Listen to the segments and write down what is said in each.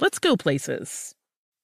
let's go places.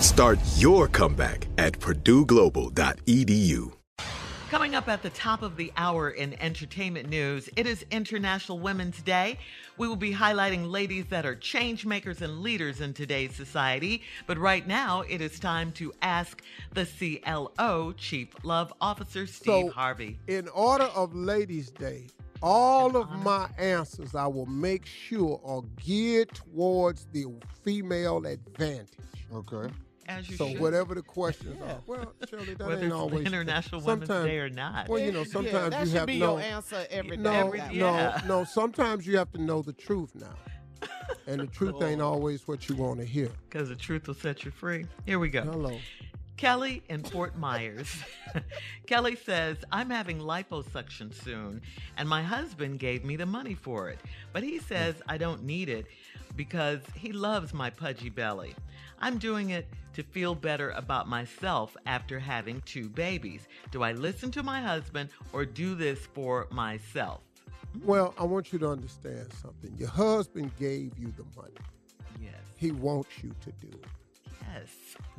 Start your comeback at purdueglobal.edu. Coming up at the top of the hour in entertainment news, it is International Women's Day. We will be highlighting ladies that are change makers and leaders in today's society. But right now, it is time to ask the CLO, Chief Love Officer Steve So, Harvey. Uh-huh. In order of Ladies' Day, all of my answers I will make sure are geared towards the female advantage. Okay. As you so should. whether the questions are, well, Shirley, that Whether ain't it's always International Women's sometimes- Day or not. Well, you know, Yeah, sometimes that you should have be no your answer every no, day. Every- no, yeah. no. Sometimes you have to know the truth now, and the truth ain't always what you want to hear. Because the truth will set you free. Here we go. Hello. Kelly in Fort Myers. Kelly says, I'm having liposuction soon, and my husband gave me the money for it. But he says I don't need it because he loves my pudgy belly. I'm doing it to feel better about myself after having two babies. Do I listen to my husband or do this for myself? Well, I want you to understand something. Your husband gave you the money. Yes. He wants you to do it. Yes.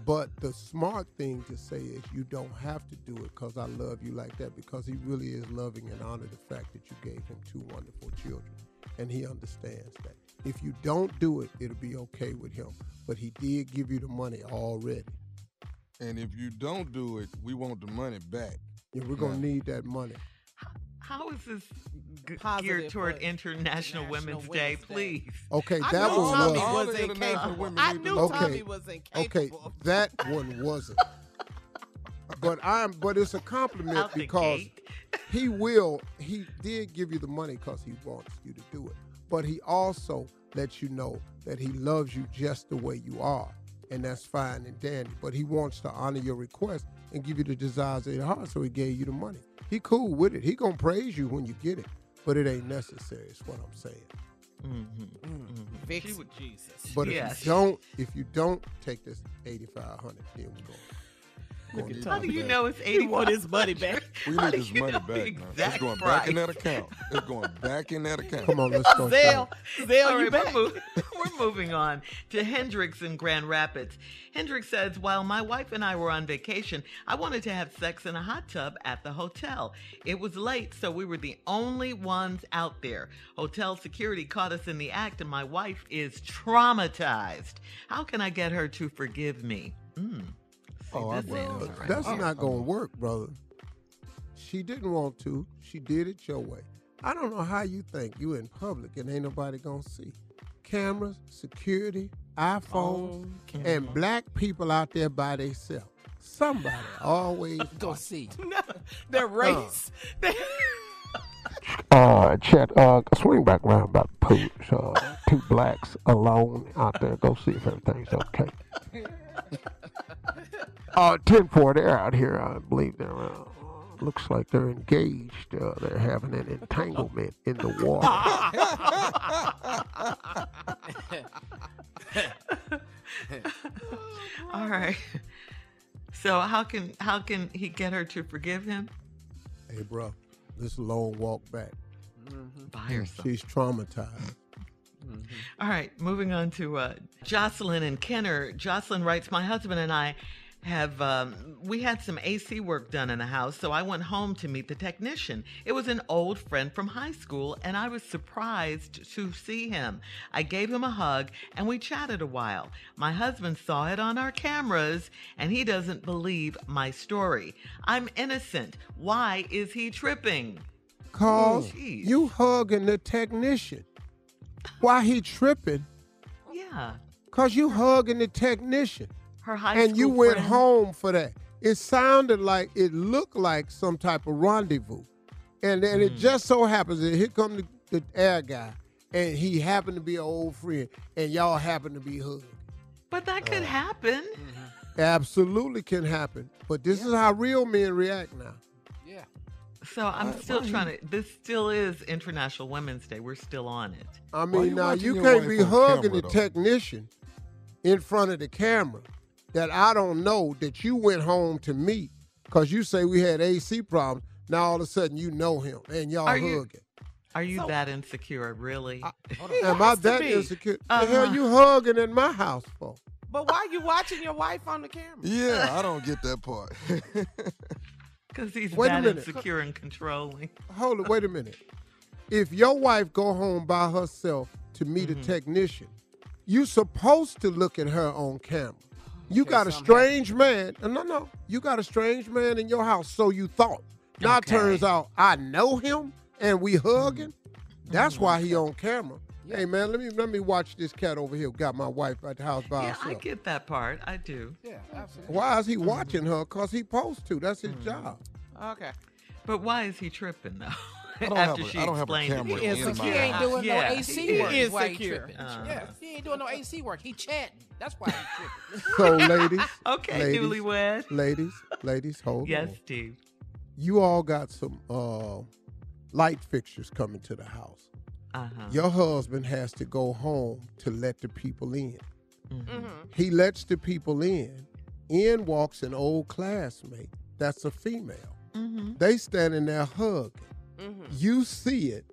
But the smart thing to say is you don't have to do it because I love you like that because he really is loving and honored the fact that you gave him two wonderful children. And he understands that. If you don't do it, it'll be okay with him. But he did give you the money already. And if you don't do it, we want the money back. And we're going to need that money. How is this g- geared Positive toward for International, Women's, Day? Please. Okay, I that knew one Tommy was. was incapable. I knew okay. Tommy was incapable. Okay, that one wasn't. but I'm. But it's a compliment Out the because he will. He did give you the money because he wants you to do it. But he also lets you know that he loves you just the way you are, and that's fine and dandy. But he wants to honor your request and give you the desires of your heart, so he gave you the money. He cool with it. He gonna praise you when you get it, but it ain't necessary. Is what I'm saying. Vix Jesus. But if Yes. you don't, if you don't take this 8500, then we go. Look at How do Tommy you back. know it's He want his 85? money back. We How need do this you money know back. the man. It's exact going back in that price? account. It's going back in that account. Come on, let's go. Zell, All Zell, you back. right, we're mo- we're moving on to Hendrix in Grand Rapids. Hendrix says, While my wife and I were on vacation, I wanted to have sex in a hot tub at the hotel. It was late, so we were the only ones out there. Hotel security caught us in the act, and my wife is traumatized. How can I get her to forgive me? Mm. See, Oh, this ain't over. uh, That's not going to work, brother. She didn't want to. She did it your way. I don't know how you think you in public and ain't nobody going to see. cameras, security, iPhones, and black people out there by themselves. Somebody always go see. No, they're race. Uh, Chet, uh, swing back round about the pooch. Uh, two blacks alone out there. Go see if everything's okay. Uh, 10 4, they're out here. I believe they're, uh, looks like they're engaged. Uh, they're having an entanglement in the water. All right. So how can how can he get her to forgive him? Hey, bro, this long walk back. By herself. She's traumatized. All right, moving on to uh, Jocelyn and Kenner. Jocelyn writes, "My husband and I have um, we had some AC work done in the house, so I went home to meet the technician. It was an old friend from high school, and I was surprised to see him. I gave him a hug, and we chatted a while. My husband saw it on our cameras, and he doesn't believe my story. I'm innocent. Why is he tripping?" Cause you hugging the technician. Why he tripping? Yeah, Cause you hugging the technician. her high and you school went friend- home for that. It sounded like it looked like some type of rendezvous, and and Mm. it just so happens that here come the, the air guy, and he happened to be an old friend, and y'all happen to be hugged. Uh, mm-hmm. But that could happen. Absolutely can happen, but this is how real men react now. Yeah. So I'm Why- still why you- trying to. This still is International Women's Day. We're still on it. I Why mean, you now watching you your can't wife be on hugging camera, the though? technician in front of the camera that I don't know that you went home to meet because you say we had AC problems. Now all of a sudden you know him and y'all Are hugging. you- Are you that insecure, really? Am I that insecure? The hell Uh-huh. you hugging in my house for? But why you watching your wife on the camera? Yeah, I don't get that part. Because he's Wait a that minute. insecure and controlling. Hold on, wait a minute. If your wife go home by herself to meet a technician, you supposed to look at her on camera. You got a strange man. uh, No, no. You got a strange man in your house, so you thought. Now it turns out I know him and we hugging. Mm-hmm. That's why he on camera. Hey man, let me let me watch this cat over here. Got my wife at the house by Yeah, herself. I get that part. I do. Mm-hmm. Yeah, absolutely. Why is he watching her? Cause he supposed to. That's his job. Okay. But why is he tripping though? I don't After have a- she I don't have a explained camera it. in my He ain't doing Yeah. no AC He work. is Why he secure. tripping? Uh-huh. yeah, he ain't doing no AC work. He chatting. That's why he tripping. So, ladies, Okay, ladies, newlywed. ladies, ladies, hold Yes, on. Steve. You all got some uh, light fixtures coming to the house. Uh huh. Your husband has to go home to let the people in. Mhm. He lets the people in. In walks an old classmate that's a female. Mhm. They standing there hugging. Mhm. You see it,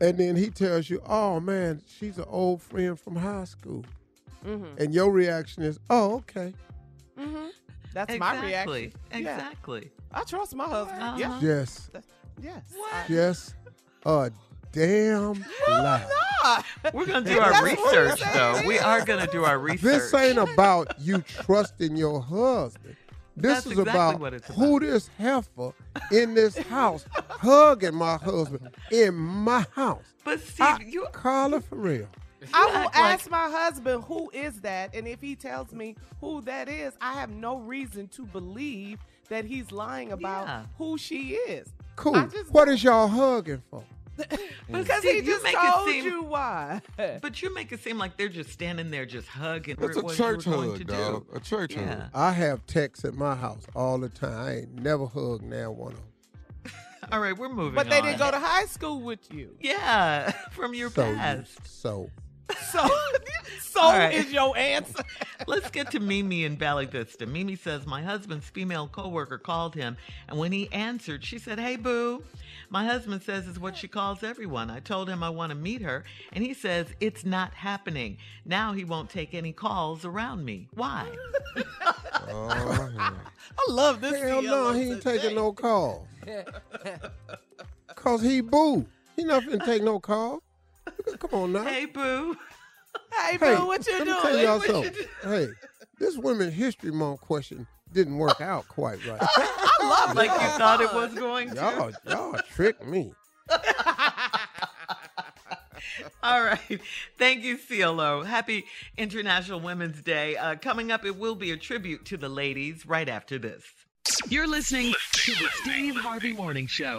and then he tells you, "Oh man, she's an old friend from high school." Mhm. And your reaction is, "Oh, okay." Mm-hmm. That's my Exactly. reaction. Yeah. Exactly. I trust my husband. Yeah. Yes. That- Yes. Just a damn lie. We're gonna do our research though. We are gonna do our research. This ain't about you trusting your husband. This That's is exactly about, what it's who this heifer in this house hugging my husband in my house. But Steve, you Carla Farrell. I will act like- ask my husband who is that, and if he tells me who that is, I have no reason to believe that he's lying about Yeah. who she is. Cool. What is y'all hugging for? Because Steve, he you just make it told seem- you why. But you make it seem like they're just standing there just hugging. It's What a it was you were church going hug, to dog. do. A church hug. Yeah. I have texts at my house all the time. I ain't never hugged now one of them. All right, we're moving. But they on. didn't go to high school with you. Yeah, from your So, past. so So, so All right. is your answer. Let's get to Mimi in Valley Vista. Mimi says, My husband's female coworker called him, and when he answered, she said, Hey, boo. My husband says is what she calls everyone. I told him I want to meet her, and he says, It's not happening. Now he won't take any calls around me. Why? I love this. Hell no, he ain't taking no call. no. Cause he boo. He not finna take no call. Come on now. Hey, boo. Hey, Hey, boo, what you let doing? me tell y'all What you something. do- Hey, this Women History Month question didn't work out quite right. I love Like you that. thought it was going to. y'all, y'all tricked me. All right. Thank you, CLO. Happy International Women's Day. Uh, coming up, it will be a tribute to the ladies right after this. You're listening to the Steve Harvey Morning Show.